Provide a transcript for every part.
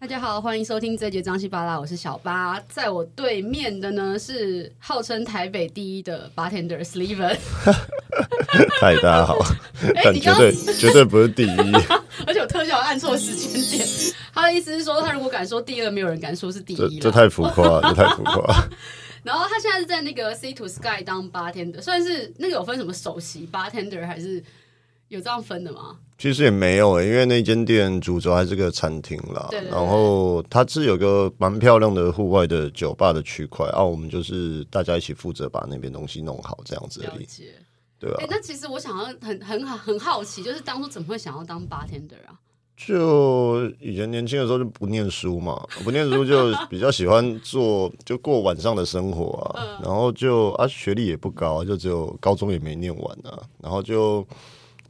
大家好，欢迎收听这节张西巴拉，我是小八。在我对面的呢是号称台北第一的 bartender Steven， 嗨，大家好，哎但你绝刚对绝对不是 第一，而且我特效按错时间点。他的意思是说，他如果敢说第二，没有人敢说是第这一这了。太浮夸了，这太浮夸了。 然后他现在是在那个 C to Sky 当 bartender，算是那个有分什么首席 bartender 还是有这样分的吗？其实也没有、欸因为那间店主轴还是个餐厅啦，对对对然后它是有个蛮漂亮的户外的酒吧的区块啊，我们就是大家一起负责把那边东西弄好这样子了而已，解。对哎、啊，那其实我想要很很好很好奇，就是当初怎么会想要当 bartender 啊？就以前年轻的时候就不念书嘛，不念书就比较喜欢做，就过晚上的生活啊。然后就啊，学历也不高，就只有高中也没念完啊。然后就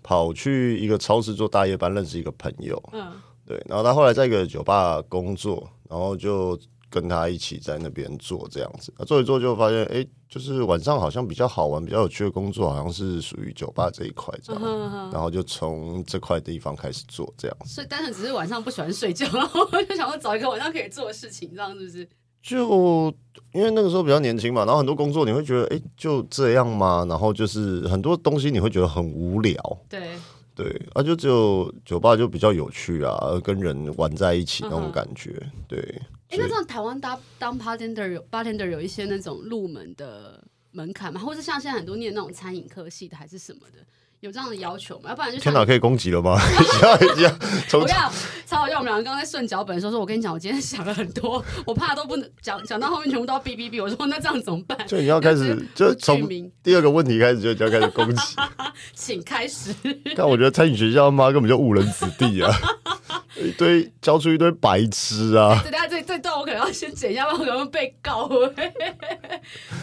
跑去一个超市做大夜班，认识一个朋友，嗯，对。然后他后来在一个酒吧工作，然后就跟他一起在那边做这样子。啊、做一做就发现，哎，就是晚上好像比较好玩、比较有趣的工作，好像是属于酒吧这一块这样。嗯然后就从这块地方开始做这样。呃所以单纯只是晚上不喜欢睡觉，然后我就想要找一个晚上可以做的事情，这样是不是？就因为那个时候比较年轻嘛，然后很多工作你会觉得，哎、就这样吗？然后就是很多东西你会觉得很无聊，对，对，啊，就只有酒吧就比较有趣啊，跟人玩在一起那种感觉，对，哎、那这样台湾当当 bartender 有 bartender 有一些那种入门的门槛吗？或是像现在很多念那种餐饮科系的还是什么的，有这样的要求吗？要不然就像天哪，可以攻击了 吗？一下一下，我从跟你讲，超好笑！我们两个刚刚在顺脚本的时候，说我跟你讲，我今天想了很多，我怕都不能讲，讲到后面全部都要哔哔哔。我说那这样怎么办？就你要开始，就无从具名第二个问题开始就就要开始攻 击。请开始。 但我觉得餐饮学校妈根本就误人子弟啊，一堆教出一堆白痴啊，这大家这这段我可能要先剪一下，不然我可能会被告。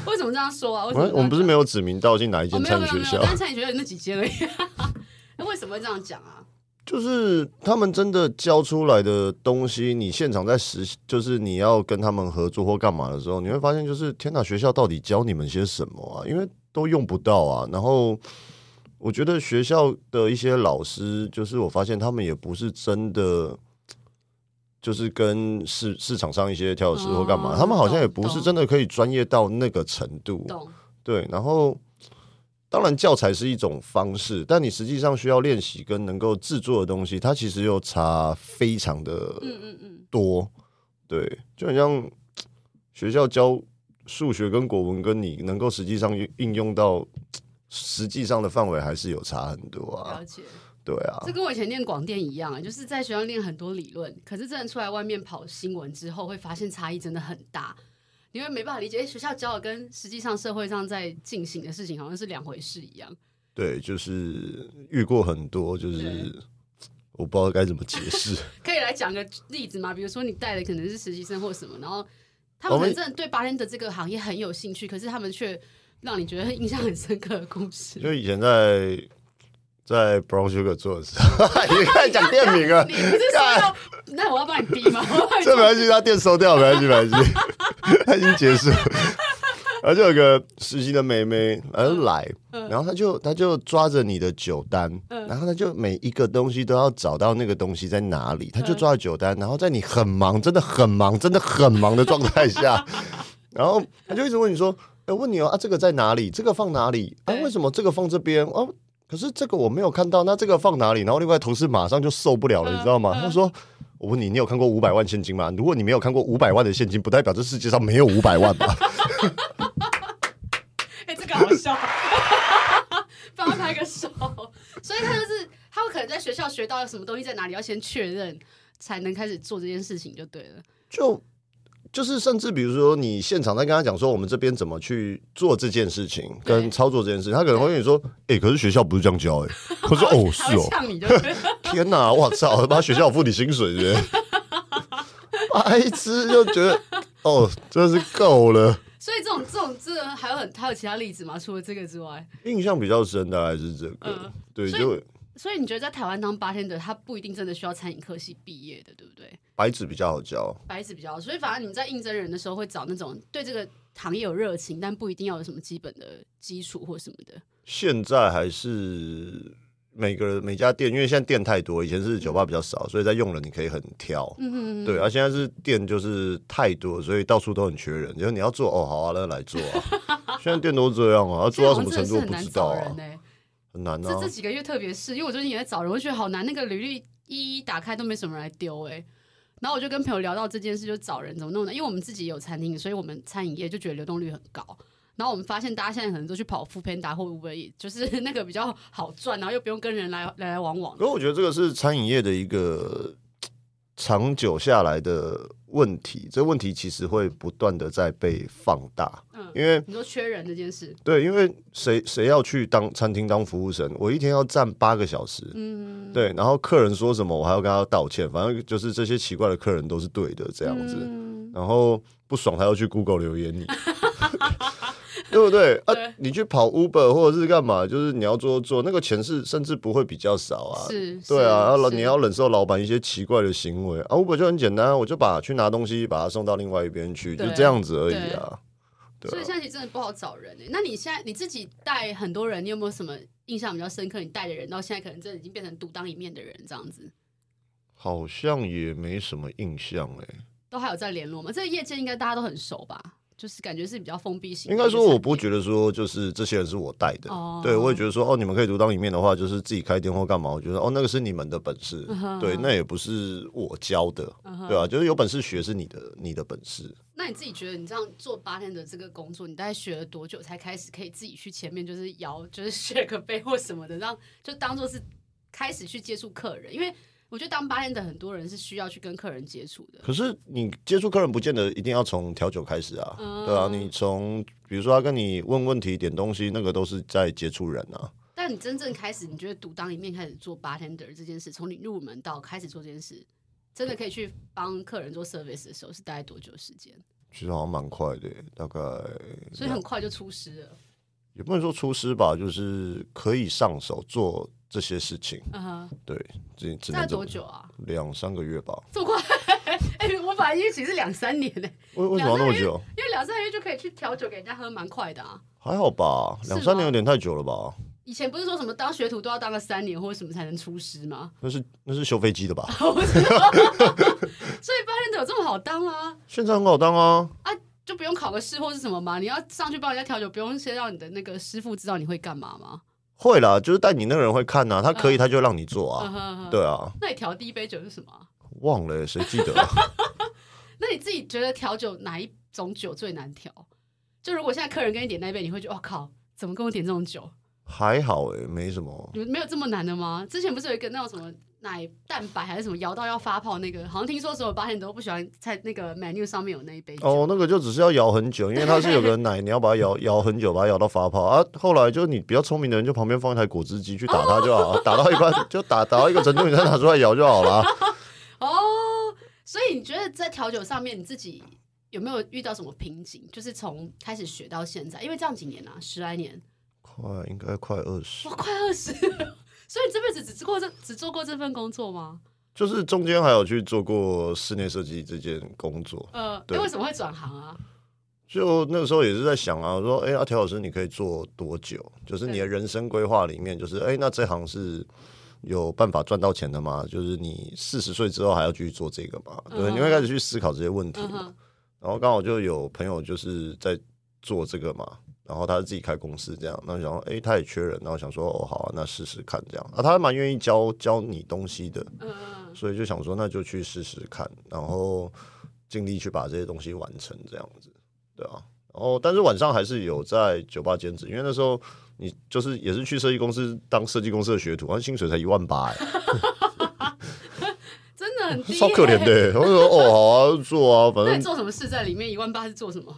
为什么这样说啊？为什么这我们样我们不是讲没有指名道姓哪一哦间没有餐没饮有没学有，校但。是餐饮学校有那几间而已。 那为什么会这样讲啊？就是他们真的教出来的东西，你现场在实，就是你要跟他们合作或干嘛的时候，你会发现，就是天哪，学校到底教你们些什么啊？因为都用不到啊。然后我觉得学校的一些老师，就是我发现他们也不是真的。就是跟市市场上一些调酒师或干嘛，哦他们好像也懂不是懂真的可以专业到那个程度。啊懂？对，然后当然教材是一种方式，但你实际上需要练习跟能够制作的东西，它其实又差非常的嗯嗯嗯，多。对，就很像学校教数学跟国文，跟你能够实际上应应用到实际上的范围还是有差很多啊了。解。对啊这，跟我以前念广电一样啊，就是在学校练很多理论，可是真的出来外面跑新闻之后，会发现差异真的很大。你会没办法理解，诶学校教的跟实际上社会上在进行的事情好像是两回事一样。对，就是遇过很多，就是对我不知道该怎么解释。可以来讲个例子吗？比如说你带的可能是实习生或什么，然后他我们可们能真的对巴人的这个行业很有兴趣，可是他们却让你觉得印象很深刻的故事。就以前在在 Brown Sugar 做的时候， 你看讲店名啊你，不是说要？那我要帮你逼吗？我要帮你这没关系，他店收掉没关系，没关系， 他已经结束了。然后就有个实习的妹妹，然后就来，然后她就她就抓着你的酒单，然后她就每一个东西都要找到那个东西在哪里，她就抓着酒单，然后在你很忙，真的很忙，真的很忙的状态下，然后她就一直问你说：“哎、问你哦，啊，这个在哪里？这个放哪里？啊，对为什么这个放这边？哦、可是这个我没有看到，那这个放哪里？然后另外同事马上就受不了了，你知道吗？他说：“我问你，你有看过五百万现金吗？如果你没有看过五百万的现金，不代表这世界上没有五百万吧？哎、这个好笑，帮他拍个手。所以他就是他会可能在学校学到什么东西在哪里，要先确认才能开始做这件事情就对了。就就是甚至比如说，你现场在跟他讲说我们这边怎么去做这件事情，对跟操作这件事情，他可能会跟你说：“哎、可是学校不是这样教哎、我说：“哦，他是会哦，呛你就对了。 天哪，我操，他妈学校有付你薪水是不是？”白痴就觉得哦，真是够了。所以这种这种这种还有很还有其他例子吗？除了这个之外，印象比较深的还是这个，嗯对，所以就所以你觉得在台湾当 bartender，他不一定真的需要餐饮科系毕业的，对不对？白纸比较好教。白纸比较好，所以反而你们在应征人的时候会找那种对这个行业有热情，但不一定要有什么基本的基础或什么的。现在还是每个人每家店，因为现在店太多，以前是酒吧比较少，所以在用人你可以很挑，嗯嗯嗯，对，啊而、现在是店就是太多，所以到处都很缺人。就是你要做哦，好啊，那来做啊。现在店都这样啊，要做到什么程度现不在好像真的是很难知道找啊人，欸很难这啊这。几个月特别是，因为我最近也在找人，我觉得好难，那个履历一一打开都没什么人来丢哎、然后我就跟朋友聊到这件事，就找人怎么弄呢？因为我们自己也有餐厅，所以我们餐饮业就觉得流动率很高。然后我们发现大家现在可能都去跑 f o o Panda 或 Uber Eats，就是 那个比较好赚，然后又不用跟人来来来往往。可我觉得这个是餐饮业的一个长久下来的问题，这问题其实会不断的在被放大，嗯，因为你说缺人这件事，对，因为谁谁要去当餐厅当服务生，我一天要站八个小时，嗯，对，然后客人说什么我还要跟他道歉，反正就是这些奇怪的客人都是对的这这样子，嗯、然后不爽还要去 Google 留言你， 对不对？啊对，你去跑 Uber 或者是干嘛，就是你要做做那个钱是甚至不会比较少啊，是，对啊，然是后是你要忍受老板一些奇怪的行为啊，Uber 就很简单啊，我就把去拿东西把它送到另外一边去，就对这样子而已啊。对所以啊，现在其实真的不好找人、欸、那你现在你自己带很多人，你有没有什么印象比较深刻？你带的人到现在可能真的已经变成独当一面的人，这样子好像也没什么印象哎、都还有在联络吗？这个业界应该大家都很熟吧？就是感觉是比较封闭型的一应个该产业。说我不觉得说就是这些人是我带的，哦对我也觉得说哦，你们可以独当一面的话，就是自己开店或干嘛，我觉得哦那个是你们的本事，嗯哼对，那也不是我教的，嗯哼对啊，就是有本事学是你的你的本事。那你自己觉得你这样做八天的这个工作，你大概学了多久才开始可以自己去前面就是摇，就是 share 个杯或什么的，让就当做是开始去接触客人？因为我觉得当八天的很多人是需要去跟客人接触的。可是你接触客人不见得一定要从调酒开始啊，嗯对啊，你从比如说他跟你问问题、点东西，那个都是在接触人啊。但你真正开始，你觉得独当一面开始做 bartender 这件事，从你入门到开始做这件事，真的可以去帮客人做 service 的时候，是大概多久的时间？其实好像蛮快的，大概所以很快就出师了。也不能说出师吧，就是可以上手做这些事情。嗯哼，对，只只大概能这多么久啊？两三个月吧。这么快？哎、我本来预期是两三年呢、为为什么要那么久？因为两三个月就可以去调酒给人家喝，蛮快的啊。还好吧，是吗两三年有点太久了吧？以前不是说什么当学徒都要当个三年或者什么才能出师吗？那是那是修飞机的吧？所以 bartender 有这么好当吗？现在很好当啊，就不用考个试或是什么吗？你要上去帮人家调酒，不用先让你的那个师傅知道你会干嘛吗？会啦，就是带你那个人会看呐、啊，他可以他就让你做嗯啊，哼哼，对啊，那你调第一杯酒是什么啊？忘了谁记得、 啊？那你自己觉得调酒哪一种酒最难调？就如果现在客人跟你点那一杯，你会觉得哦靠，怎么跟我点这种酒？还好哎、没什么。你们没有这么难的吗？之前不是有一个那种什么奶蛋白还是什么摇到要发泡那个，好像听说所有八点都不喜欢在那个 menu 上面有那一杯酒。哦，那个就只是要摇很久，因为它是有个奶，你要把它 摇摇很久，把它摇到发泡啊。后来就你比较聪明的人，就旁边放一台果汁机去打它就好 了，打到一半就打打到一个程度，你再拿出来摇就好了。哦，所以你觉得在调酒上面你自己有没有遇到什么瓶颈？就是从开始学到现在，因为这样几年啊，十来年，快，应该快二十哇，，快二十了。所以你这辈子只做过这只做过这份工作吗？就是中间还有去做过室内设计这件工作。呃，对诶为什么会转行啊？就那个时候也是在想嗯啊，说，哎、阿条老师，你可以做多久？就是你的人生规划里面，就是，哎、那这行是有办法赚到钱的吗？就是你四十岁之后还要继续做这个吗？嗯对，你会开始去思考这些问题嗯嘛。哼，然后刚好就有朋友就是在做这个嘛，然后他自己开公司这样，那我想说，哎、他也缺人，然后想说，哦，好啊、那试试看这样。啊，他还蛮愿意教教你东西的，嗯嗯嗯。所以就想说，那就去试试看，然后尽力去把这些东西完成，这样子，对啊。然后，但是晚上还是有在酒吧兼职，因为那时候你就是也是去设计公司当设计公司的学徒，然后薪水才一万八、哎，真的很低、超可怜的、欸。我就说哦，好啊，做啊，反那你正做什么事在里面？一万八是做什么？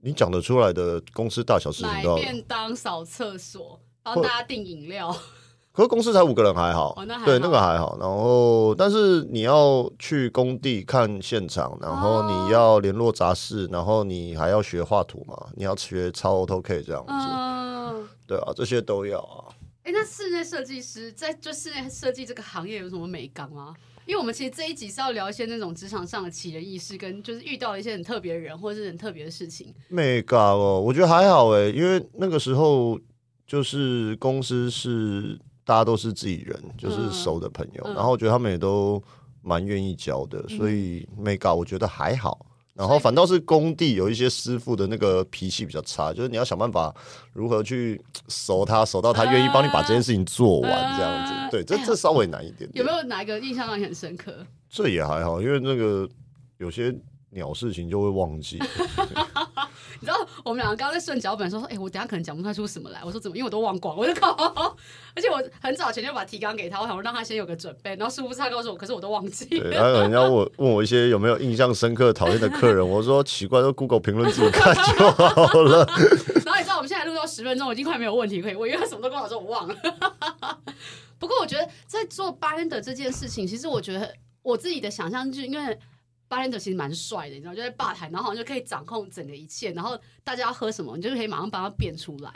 你讲得出来的公司大小事情买都要。便当、扫厕所、帮或大家订饮料。可是公司才五个人还好，哦那还好对，那个还好。然后，但是你要去工地看现场，然后你要联络杂事，然后你还要学画图嘛，你要学抄 AutoCAD 这样子，嗯，对啊，这些都要啊。哎、那室内设计师在就室内设计这个行业有什么美感吗？因为我们其实这一集是要聊一些那种职场上的奇人异事，跟就是遇到了一些很特别的人或者是很特别的事情。没搞欸哦，我觉得还好诶，因为那个时候就是公司是大家都是自己人，就是嗯熟的朋友，嗯然后我觉得他们也都蛮愿意教的，所以没搞我觉得还好。然后反倒是工地有一些师傅的那个脾气比较差，就是你要想办法如何去熟他，熟到他愿意帮你把这件事情做完，啊这样子。对，这哎呀这稍微难一点点。有没有哪一个印象让你很深刻？ 这也还好，因为那个有些鸟事情就会忘记。你知道我们两个刚刚在顺脚本说，哎、我等一下可能讲不太出什么来。我说怎么？因为我都忘光，我就靠， 而且我很早前就把提纲给他，我想说让他先有个准备。然后殊不知他告诉我，可是我都忘记。对，然后有人家问我问我一些有没有印象深刻、讨厌的 客人，我说奇怪，都 Google 评论自己看就好 了。然后你知道我们现在录到十分钟，我已经快没有问题可以问，因为他什么都跟我说我忘了。 不过我觉得在做 bartender 这件事情，其实我觉得我自己的想象就是因为 bartender 其实蛮帅的，你知道，就在吧台，然后好像就可以掌控整个一切，然后大家要喝什么，你就可以马上帮他变出来。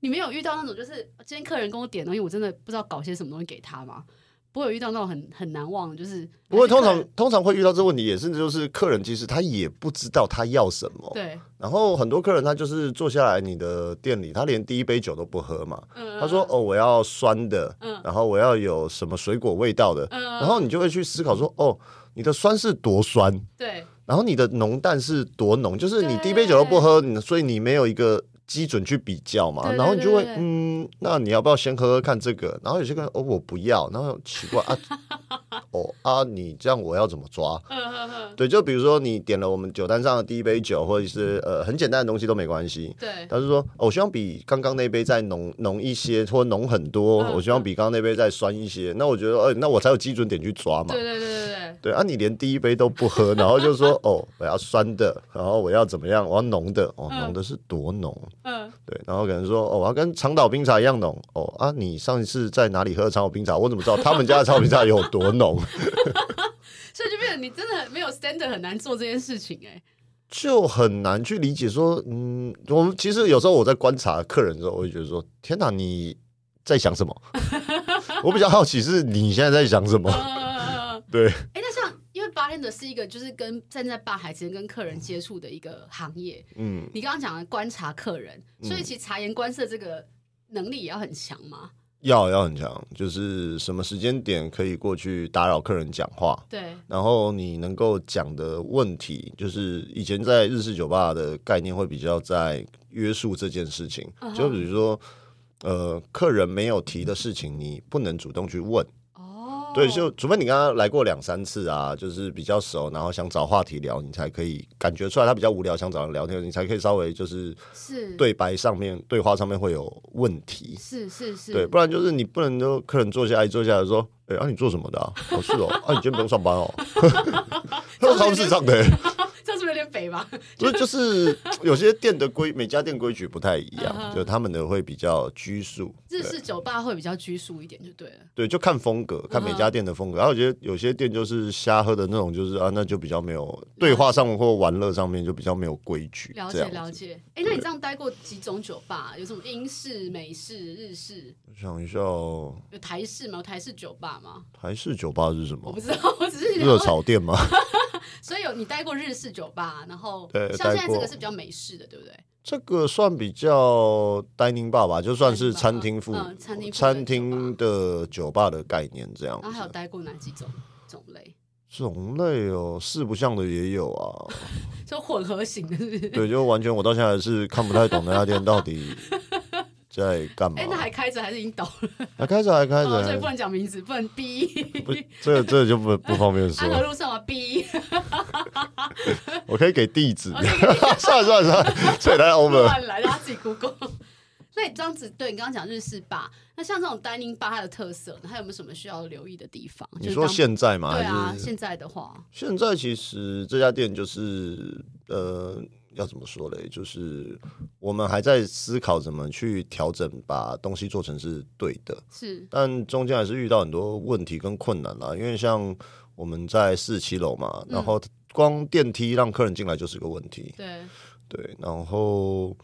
你没有遇到那种就是今天客人跟我点东西，我真的不知道搞些什么东西给他吗？不会有遇到那种很很难忘的，就是不过通还常是客人通常会遇到这问题，也甚至就是客人其实他也不知道他要什么。对，然后很多客人他就是坐下来你的店里，他连第一杯酒都不喝嘛。嗯他说：“哦，我要酸的，嗯然后我要有什么水果味道的。嗯然后你就会去思考说：“哦，你的酸是多酸？”对，然后你的浓淡是多浓，就是你第一杯酒都不喝，你所以你没有一个基准去比较嘛，对对然后你就会对对对嗯，那你要不要先喝喝看这个？然后有些客人哦，我不要，然后奇怪啊， 哦啊，你这样我要怎么抓？嗯嗯嗯，对，就比如说你点了我们酒单上的第一杯酒，或者是呃很简单的东西都没关系。对，他就说、哦我希望比刚刚那杯再浓浓一些，或浓很多。嗯我希望比刚刚那杯再酸一些。那我觉得，呃、那我才有基准点去抓嘛。对对对对对，对啊，你连第一杯都不喝，然后就说哦，我要酸的，然后我要怎么样，我要浓的，哦，嗯浓的是多浓？嗯，对，然后可能说哦，我要跟长岛冰茶一样浓。哦啊，你上一次在哪里喝长岛冰茶？我怎么知道他们家的长岛冰茶有多浓？所以就变成你真的没有 standard 很难做这件事情哎、就很难去理解说，嗯，我们其实有时候我在观察客人的时候，我会觉得说，天哪，你在想什么？我比较好奇是你现在在想什么？呃，对，哎、那像因为 bartender 是一个就是跟站在吧台之间跟客人接触的一个行业，嗯，你刚刚讲的观察客人，所以其实察言观色这个能力也要很强嘛。要要很强，就是什么时间点可以过去打扰客人讲话，对，然后你能够讲的问题，就是以前在日式酒吧的概念会比较在约束这件事情嗯，哼就比如说。呃，客人没有提的事情，你不能主动去问。哦，对，就除非你刚刚来过两三次啊，就是比较熟，然后想找话题聊，你才可以感觉出来他比较无聊，想找人聊天，你才可以稍微就是是，，对白上面对话上面会有问题。是是是，对，不然就是你不能就客人坐下来坐下来说，哎、啊你做什么 的啊？哦是哦，啊你今天不用上班哦，他说超智障的、这样是不是有点北吧？所以 就是有些店的规，每家店规矩不太一嗯样，哼就他们的会比较拘束。日对式酒吧会比较拘束一点就对了。对，就看风格，嗯看每家店的风格。然后我觉得有些店就是瞎喝的那种，就是啊，那就比较没有对话上或玩乐上面就比较没有规矩。了这解样了子。解，哎、那你这样待过几种酒吧？有什么英式、美式、日式？我想一下，哦，有台式吗？有台式酒吧吗？台式酒吧是什我么不？知道，我只是热炒店吗？所以有你待过日式酒吧，然后对像现在待这过个是比较美式的，对不对？这个算比较 dining bar 吧，就算是餐厅附、嗯餐厅附的餐厅的酒吧的概念这样然后还有子。待过哪几种种类？种类哦，四不像的也有啊。 就混合型的，是不是？对，就完全我到现在还是看不太懂那家店到底 在干嘛哎、。那还开着还是已经倒了？还开着，还开哦，所以着不，能讲名字，不能 逼。 不，这个这个就不不方便安和说。路上 啊，逼。 我可以给 地哦址， 算了算了算了， 这也太 over 了。乱来，让他自己 Google。那你这样子，对你刚刚讲日式吧，那像这种 dining bar 它的特色，还有没有什么需要留意的地方？你说就是现在吗？当对啊，还是现在的话，现在其实这家店就是呃，要怎么说嘞？就是我们还在思考怎么去调整，把东西做成是对的，是但中间还是遇到很多问题跟困难啦。因为像我们在四七楼嘛，嗯然后光电梯让客人进来就是个问题，对，对，然后。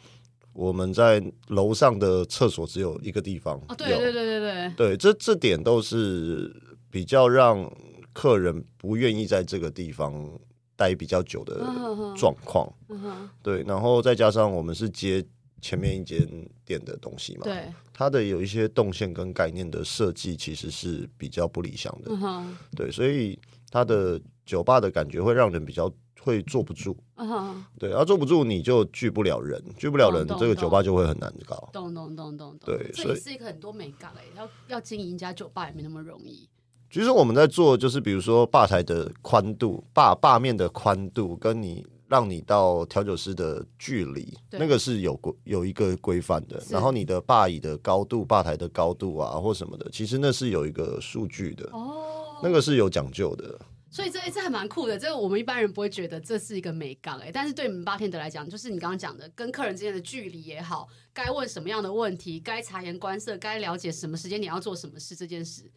我们在楼上的厕所只有一个地方哦，对有对对对对，对，这这点都是比较让客人不愿意在这个地方待比较久的嗯哼哼状况。嗯哼，对，然后再加上我们是接前面一间店的东西嘛，对，它的有一些动线跟概念的设计其实是比较不理想的，嗯哼，对，所以它的酒吧的感觉会让人比较会坐不住，嗯哼，对，然后坐不住你就聚不了人，聚不了人，懂这个懂酒吧就会很难搞。懂懂懂懂懂。对这所也以是一个很多美感哎、要要经营一家酒吧也没那么容易。其实我们在做就是比如说吧台的宽度、坝坝面的宽度，跟你让你到调酒师的距离，对那个是有规有一个规范的。是然后你的吧椅的高度、吧台的高度啊，或什么的，其实那是有一个数据的，哦，那个是有讲究的。所以这这还蛮酷的，这个我们一般人不会觉得这是一个美感哎、但是对你们八天的来讲，就是你刚刚讲的，跟客人之间的距离也好，该问什么样的问题，该察言观色，该了解什么时间点要做什么事这件事，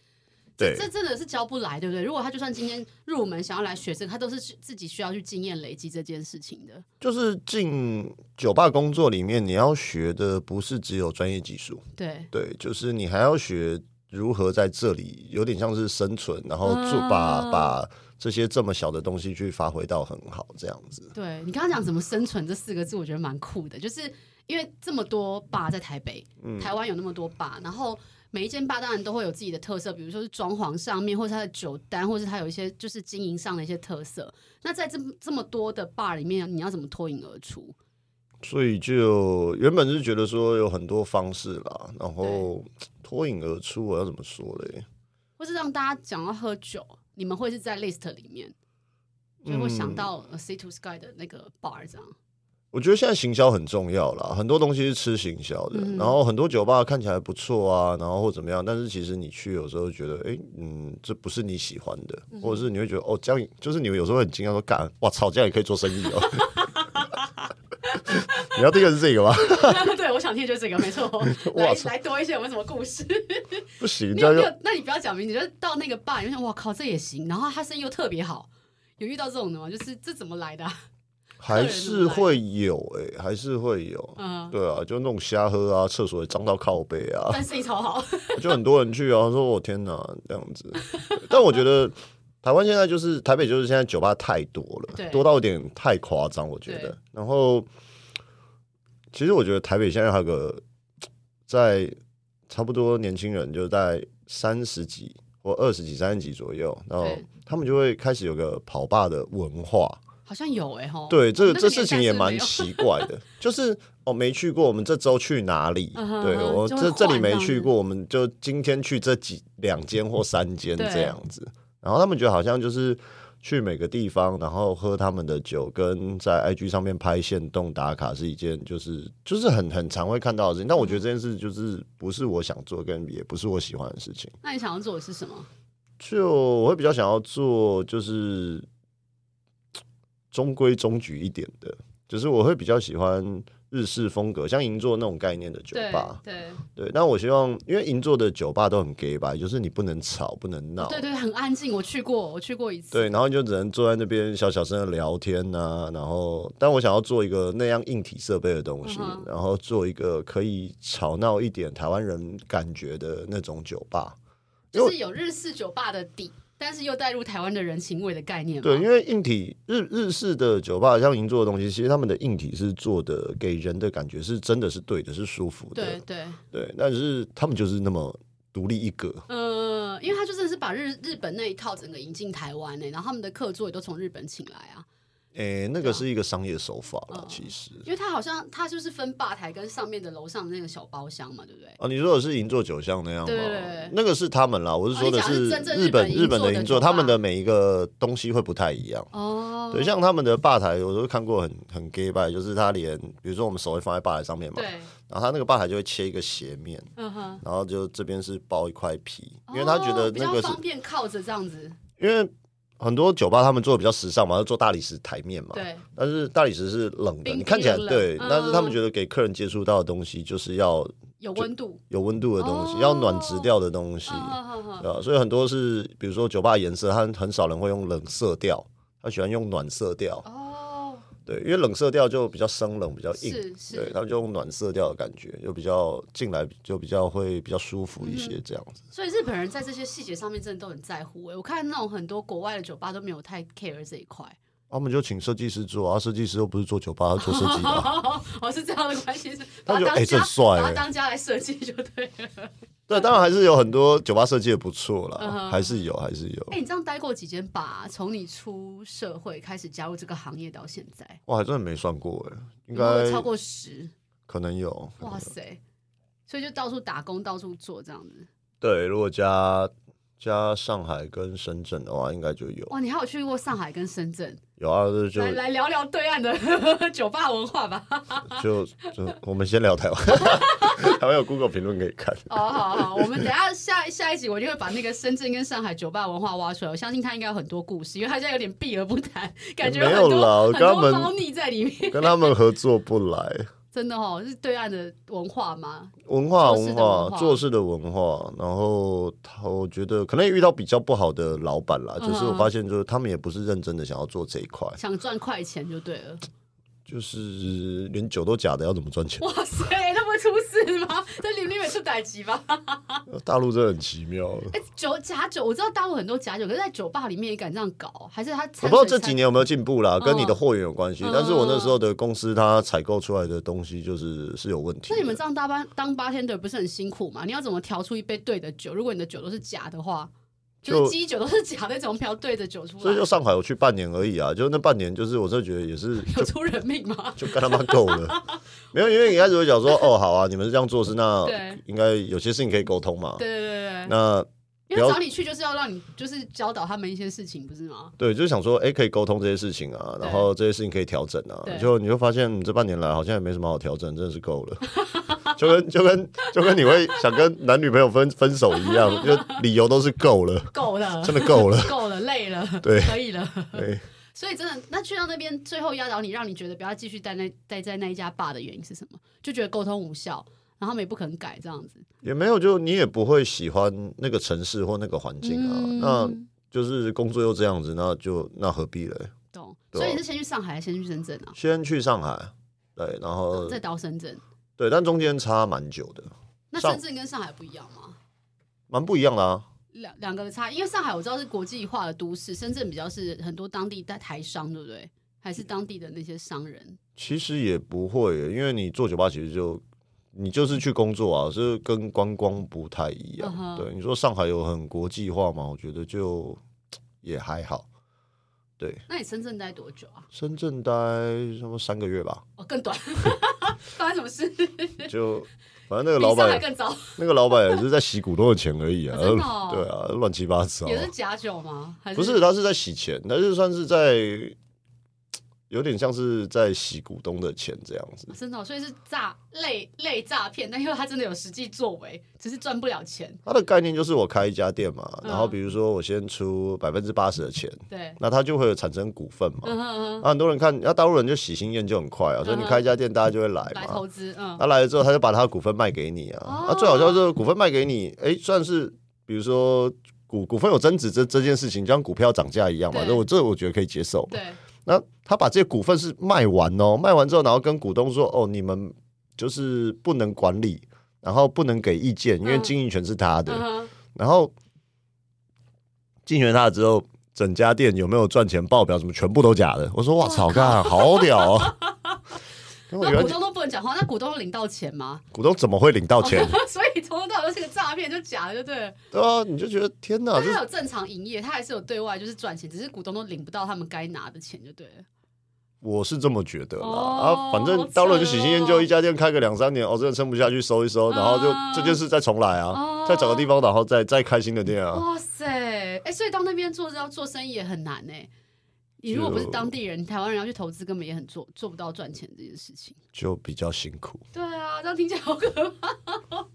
对这真的是教不来，对不对？如果他就算今天入门想要来学这个，他都是自己需要去经验累积这件事情的。就是进酒吧工作里面，你要学的不是只有专业技术，对，对，就是你还要学如何在这里，有点像是生存，然后做把、啊把这些这么小的东西去发挥到很好，这样子。对你刚刚讲怎么生存这四个字，我觉得蛮酷的，就是因为这么多吧在台北，嗯台湾有那么多吧，然后每一间吧当然都会有自己的特色，比如说是装潢上面，或是它的酒单，或是它有一些就是经营上的一些特色。那在这么这么多的吧里面，你要怎么脱颖而出？所以就原本是觉得说有很多方式啦，然后脱颖而出，我要怎么说嘞？或是让大家讲到喝酒，你们会是在 list 里面，就会想嗯到 C to Sky 的那个 bar 这样。我觉得现在行销很重要啦，很多东西是吃行销的，嗯然后很多酒吧看起来不错啊，然后或怎么样，但是其实你去有时候觉得，哎，嗯，这不是你喜欢的，嗯或者是你会觉得，哦，这样也就是你有时候很惊讶说，干，哇操，这样也可以做生意哦。 你要听的是这个吗？ 对，我想听的就是这个，没错。来哇塞来多一些，有没有什么故事？不行，你有这样没就有？那你不要讲名字，就是到那个 bar，你就想哇靠，这也行。然后他生意又特别好，有遇到这种的吗？就是这怎么来的啊、还是会有哎、诶还是会有。嗯，对啊，就那种瞎喝啊，厕所也脏到靠背啊，但生意超好。 就很多人去啊，说我天哪，这样子。但我觉得台湾现在就是台北，就是现在酒吧太多对了，多到有点太夸张，我觉对得。然后，其实我觉得台北现在还有个在差不多年轻人就在三十几或二十几、三十几左右，然后对他们就会开始有个跑吧的文化。好像有哎、吼，对，这那个个这年事情代也是没蛮有奇怪的，就是哦没去过，我们这周去哪里？嗯哼对嗯哼我就会这这里换没这样去子过，我们就今天去这几两间或三间对这样子。然后他们觉得好像就是去每个地方，然后喝他们的酒，跟在 IG 上面拍线动打卡是一件就是就是很很常会看到的事情。但我觉得这件事就是不是我想做，跟也不是我喜欢的事情。那你想要做的是什么？就我会比较想要做就是中规中矩一点的，就是我会比较喜欢日式风格，像银座那种概念的酒对吧。对对，那我希望因为银座的酒吧都很 gay 吧，就是你不能吵，不能闹。对对，很安静。我去过，我去过一次。对，然后你就只能坐在那边小小声的聊天呐、然后，但我想要做一个那样硬体设备的东西，嗯哼然后做一个可以吵闹一点台湾人感觉的那种酒吧。因为就是有日式酒吧的底，但是又带入台湾的人情味的概念嘛。对，因为硬体日日式的酒吧像银座的东西，其实他们的硬体是做的，给人的感觉是真的是对的，是舒服对的。对，对，但是他们就是那么独立一格。呃，因为他就真的是把日日本那一套整个引进台湾欸呢、然后他们的客座也都从日本请来啊，诶、那对啊个是一个商业手法了，嗯其实。因为他好像他就是分吧台跟上面的楼上那个小包厢嘛，对不对？啊，你说的是银座酒巷那样吗？对对对那个是他们啦，我是哦说的你讲的是真正日本日日本银座本的的银座，酒吧他们的每一个东西会不太一样。哦，对，像他们的吧台，我都看过很很 gay 吧，就是他连比如说我们手会放在吧台上面嘛，对，然后他那个吧台就会切一个斜面，嗯哼，然后就这边是包一块皮，因为他觉哦得比那较个是、方便靠着这样子，因为很多酒吧他们做的比较时尚嘛，要做大理石台面嘛，对但是大理石是冷的，冰你看起来冰冷对，嗯但是他们觉得给客人接触到的东西就是要有温度，有温度的东西，哦要暖质调的东西，嗯哼哼哼对吧？啊所以很多是比如说酒吧颜色，他很少人会用冷色调。他喜欢用暖色调，哦，对，因为冷色调就比较生冷，比较硬，是对，是他，们就用暖色调的感觉，就比较进来就比较会比较舒服一嗯些，这样子。所以日本人在这些细节上面真的都很在乎、欸。我看那种很多国外的酒吧都没有太 care 这一块， 他们就请设计师做啊，设计师又不是做酒吧，要做设计 的啊、哦，是这样的关系， 是把他它就当哎、家，这很帅、把它欸，当家来设计就对 了。对，当然还是有很多酒吧设计的不错啦，嗯哼还是有，还是有哎、。你这样待过几间吧？从你出社会开始加入这个行业到现在，哇，还真的没算过哎，应有没有该超过十？可能有。可能哇有塞！所以就到处打工，到处做这样子。对，如果加加上海跟深圳的话，应该就有哇，你还有去过上海跟深圳？有啊，这就来来聊聊对岸的 酒吧文化 吧。就就我们先聊台 湾，台湾有 Google 评论可以看。哦，好好，我们等一下下下一集我就会把那个深圳跟上海酒吧文化挖出来。我相信他应该有很多故事，因为他现在有点避而不谈， 感觉没有很多啦我很跟他多们猫腻在里面。跟他们合作不来，真的哦，是对岸的文化吗？文化做事的文文化化做事的文化，然后他我觉得可能也遇到比较不好的老板啦，嗯就是我发现就是他们也不是认真的想要做这一块，想赚快钱就对了。 就是连酒都假的，要怎么赚钱？哇塞，那不会出事吗？ 这里面出歹集 吧？ 大陆真的很奇妙， 哎、酒假酒，我知道大陆很多假酒，可是在酒吧里面也敢这样搞，还是他我掺水掺？不知道这几年有没有进步啦，嗯跟你的货源有关系嗯。但是我那时候的公司，它采购出来的东西就是是有问题那的。你们这样搭班当八天 r 不是很辛苦吗？你要怎么调出一杯对的酒？如果你的酒都是假的话，就是就基酒都是假的，怎么调对的酒出所以就来？上海我去半年而已啊，就那半年，就是我真的觉得也是 有出人命吗？就跟他妈够了。 没有，因为你一开始会讲说，哦，好啊，你们是这样做事，那对应该有些事情可以沟通嘛。对对对对对，那因不为要找你去就是要让你就是教导他们一些事情，不是吗？对，就是想说，哎、可以沟通这些事情啊，然后这些事情可以调整啊对。就你就发现，你这半年来好像也没什么好调整，真的是够了。 就跟就跟就跟你会想跟男女朋友分分手一样，就理由都是够了，够了， 真的够了。够了，累了， 对可以了。对，所以真的，那去到那边最后压倒你，让你觉得不要继续待那待在那一家爸的原因是什么？就觉得沟通无效，然后他们也不肯改这样子。也没有，就你也不会喜欢那个城市或那个环境啊。嗯那就是工作又这样子，那就那何必嘞？懂。对啊所以你是先去上海，还是先去深圳啊？先去上海，对，然后再到深圳，对，但中间差蛮久的，那上深圳跟上海不一样吗？蛮不一样的啊。两两个的差，因为上海我知道是国际化的都市，深圳比较是很多当地在台商，对不对？还是当地的那些商人？其实也不会耶，因为你做酒吧其实就你就是去工作啊，是跟观光不太一样。嗯哼对，你说上海有很国际化嘛？我觉得就也还好。对，那你深圳待多久啊？深圳待什么三个 月吧，哦，更短，发生什么 事？就反正那个老比上海板，更早，那个老板也是在洗股东的钱而已 啊，哦真的哦对啊，乱七八糟啊、也是假酒吗？还不是，他是在洗钱，但是算是在有点像是在洗股东的钱这样子。真的哦、所以是诈类类诈骗，但因为他真的有实际作为，只是赚不了钱。它的概念就是我开一家店嘛，嗯然后比如说我先出百分之八十的钱，对，那它就会有产生股份嗯嘛。哼嗯哼，那很多人看，那大陆人就喜新厌旧很快啊，所以你嗯开一家店，大家就会来来嘛投。资，嗯，他来了之后，他就把他的股份卖给你哦啊。那最好笑就是股份卖给你，哎，算是比如说股股份有增值这这件事情，就像股票涨价一样嘛。对这我这我觉得可以接受嘛。对，那他把这些股份是卖完哦，卖完之后，然后跟股东说：“哦，你们就是不能管理，然后不能给意见，因为嗯经营权是他的。嗯哼，然后经营权他的之后，整家店有没有赚钱报表什么全部都假的。我说：“哇操，看好屌、哦！”因为那原股来东都不能讲话，那股东有领到钱吗？股东怎么会领到钱？ 所以从头到尾都是个诈骗，就假的，就对了。对啊，你就觉得天哪，但就是他有正常营业，他还是有对外就是赚钱，只是股东都领不到他们该拿的钱，就对了。我是这么觉得啦。哦啊，反好正扯到了就喜新厌旧，哦一家店开个两三年，哦，真的撑不下去，收一收，然后就嗯这件事再重来啊哦，再找个地方，然后再再开新的店啊。哇塞，哎、所以到那边做要做生意也很难呢、欸你如果不是当地人，台湾人要去投资，根本也很做做不到赚钱这件事情。就比较辛苦。对啊，这样听起来好可怕、哦。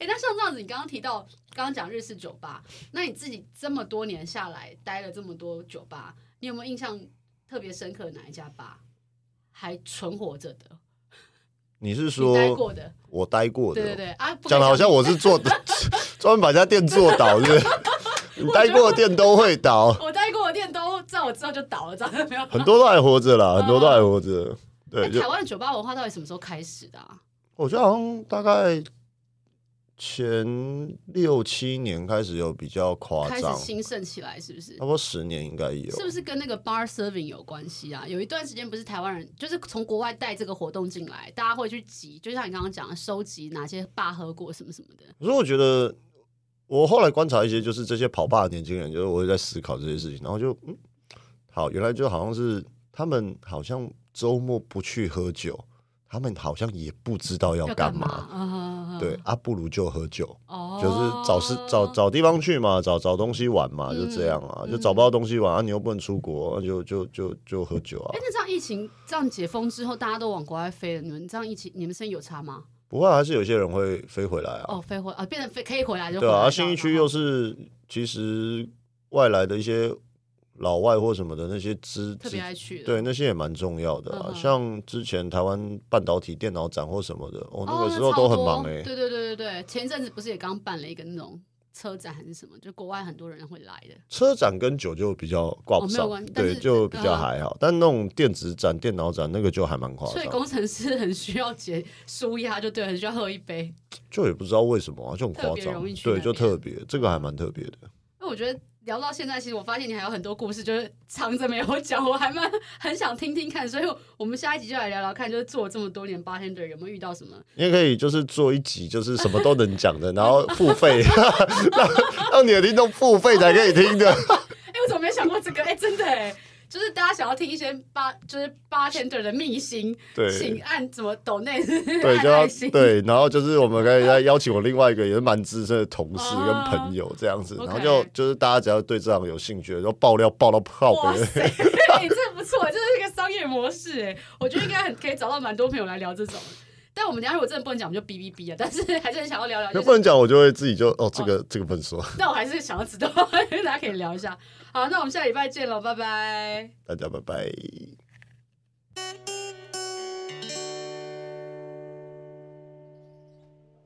哎、那像这样子，你刚刚提到，刚刚讲日式酒吧，那你自己这么多年下来，待了这么多酒吧，你有没有印象特别深刻的哪一家吧还存活着的？你是你待说过的？我待过对对的？对啊，不可以讲的好 像我是做专门把人家店做 倒，是不是？你待过的店都会倒，我待过的店都在我之后就倒了，知道 没有？很多都还活着嗯啦，很多都还活着。对，哎就台湾的酒吧文化到底什么时候开始的、啊？我觉得好像大概前六七年开始有比较夸开始张，差兴盛起来，是不是？不多十年应该有是。不是跟那个 bar serving 有关系啊？有一段时间不是台湾人，就是从国外带这个活动进来，大家会去集，就像你刚刚讲的，收集哪些爸喝过什么什么的。可是我觉得，我后来观察一些，就是这些跑吧的年轻人，就是我也在思考这些事情，然后就嗯，好，原来就好像是他们好像周末不去喝酒，他们好像也不知道要要干嘛？嘛。啊对，，啊，不如就喝酒，哦，就是找事找找地方去嘛，找找东西玩嘛，就这样啊，嗯就找不到东西玩啊，你又不能出国，啊就就就就喝酒啊哎、。那这样疫情这样解封之后，大家都往国外飞了，你们这样疫情，你们生意有差吗？不过还是有些人会飞回来啊，哦，飞回啊，变成飞可以回来就回对来嗯啊，了。哦啊新一区又是是其实外来的一些老外或什么的那些资哦特资别，爱去的。对那些也蛮重要的啊嗯。哼像之前台湾半导体电脑展或什么的，哦，那哦，个时候超都很多忙哎。对对对对对，前一阵子不是也刚办了一个那种车展还是什么，就国外很多人会来的。车展跟酒就比较挂不哦没有上关系，但对，是就比较嗯还好。但那种电子展、电脑展那个就还蛮夸所以张。工程师很需要解舒压，就对，很需要喝一杯。就也不知道为什么啊，就很夸特别张容易，去对，那就边特别，这个还蛮特别的。那我觉得聊到现在，其实我发现你还有很多故事，就是藏着没有讲，我还蛮很想听听看。所以我们下一集就来聊聊看，就是做了这么多年八天的人有没有遇到什么你也可以就是做一集，就是什么都能讲的， 然后付费，让让你的听众付费才可以 听的。哎、我怎么没想过这个？哎、真的哎、就是大家想要听一些八，就是八千对的秘辛，请对按怎么抖内对，按就要爱心。对，然后就是我们可以再邀请我另外一个也是蛮资深的同事跟哦朋友这样子，然后 OK 就就是大家只要对这行有兴趣的，就爆料爆到泡哇别人。塞，哎、这不错，这是一个商业模式哎，我觉得应该很可以找到蛮多朋友来聊这种。但我们等一下如果真的不能讲，我们就哔哔哔啊。但是还是很想要聊聊，那就不是能讲， 我就会自己就哦，这个这个不能说，但我还是想要知道， 大家可以聊一下。好，那我们下礼拜见喽，拜拜。大家拜拜。 Thank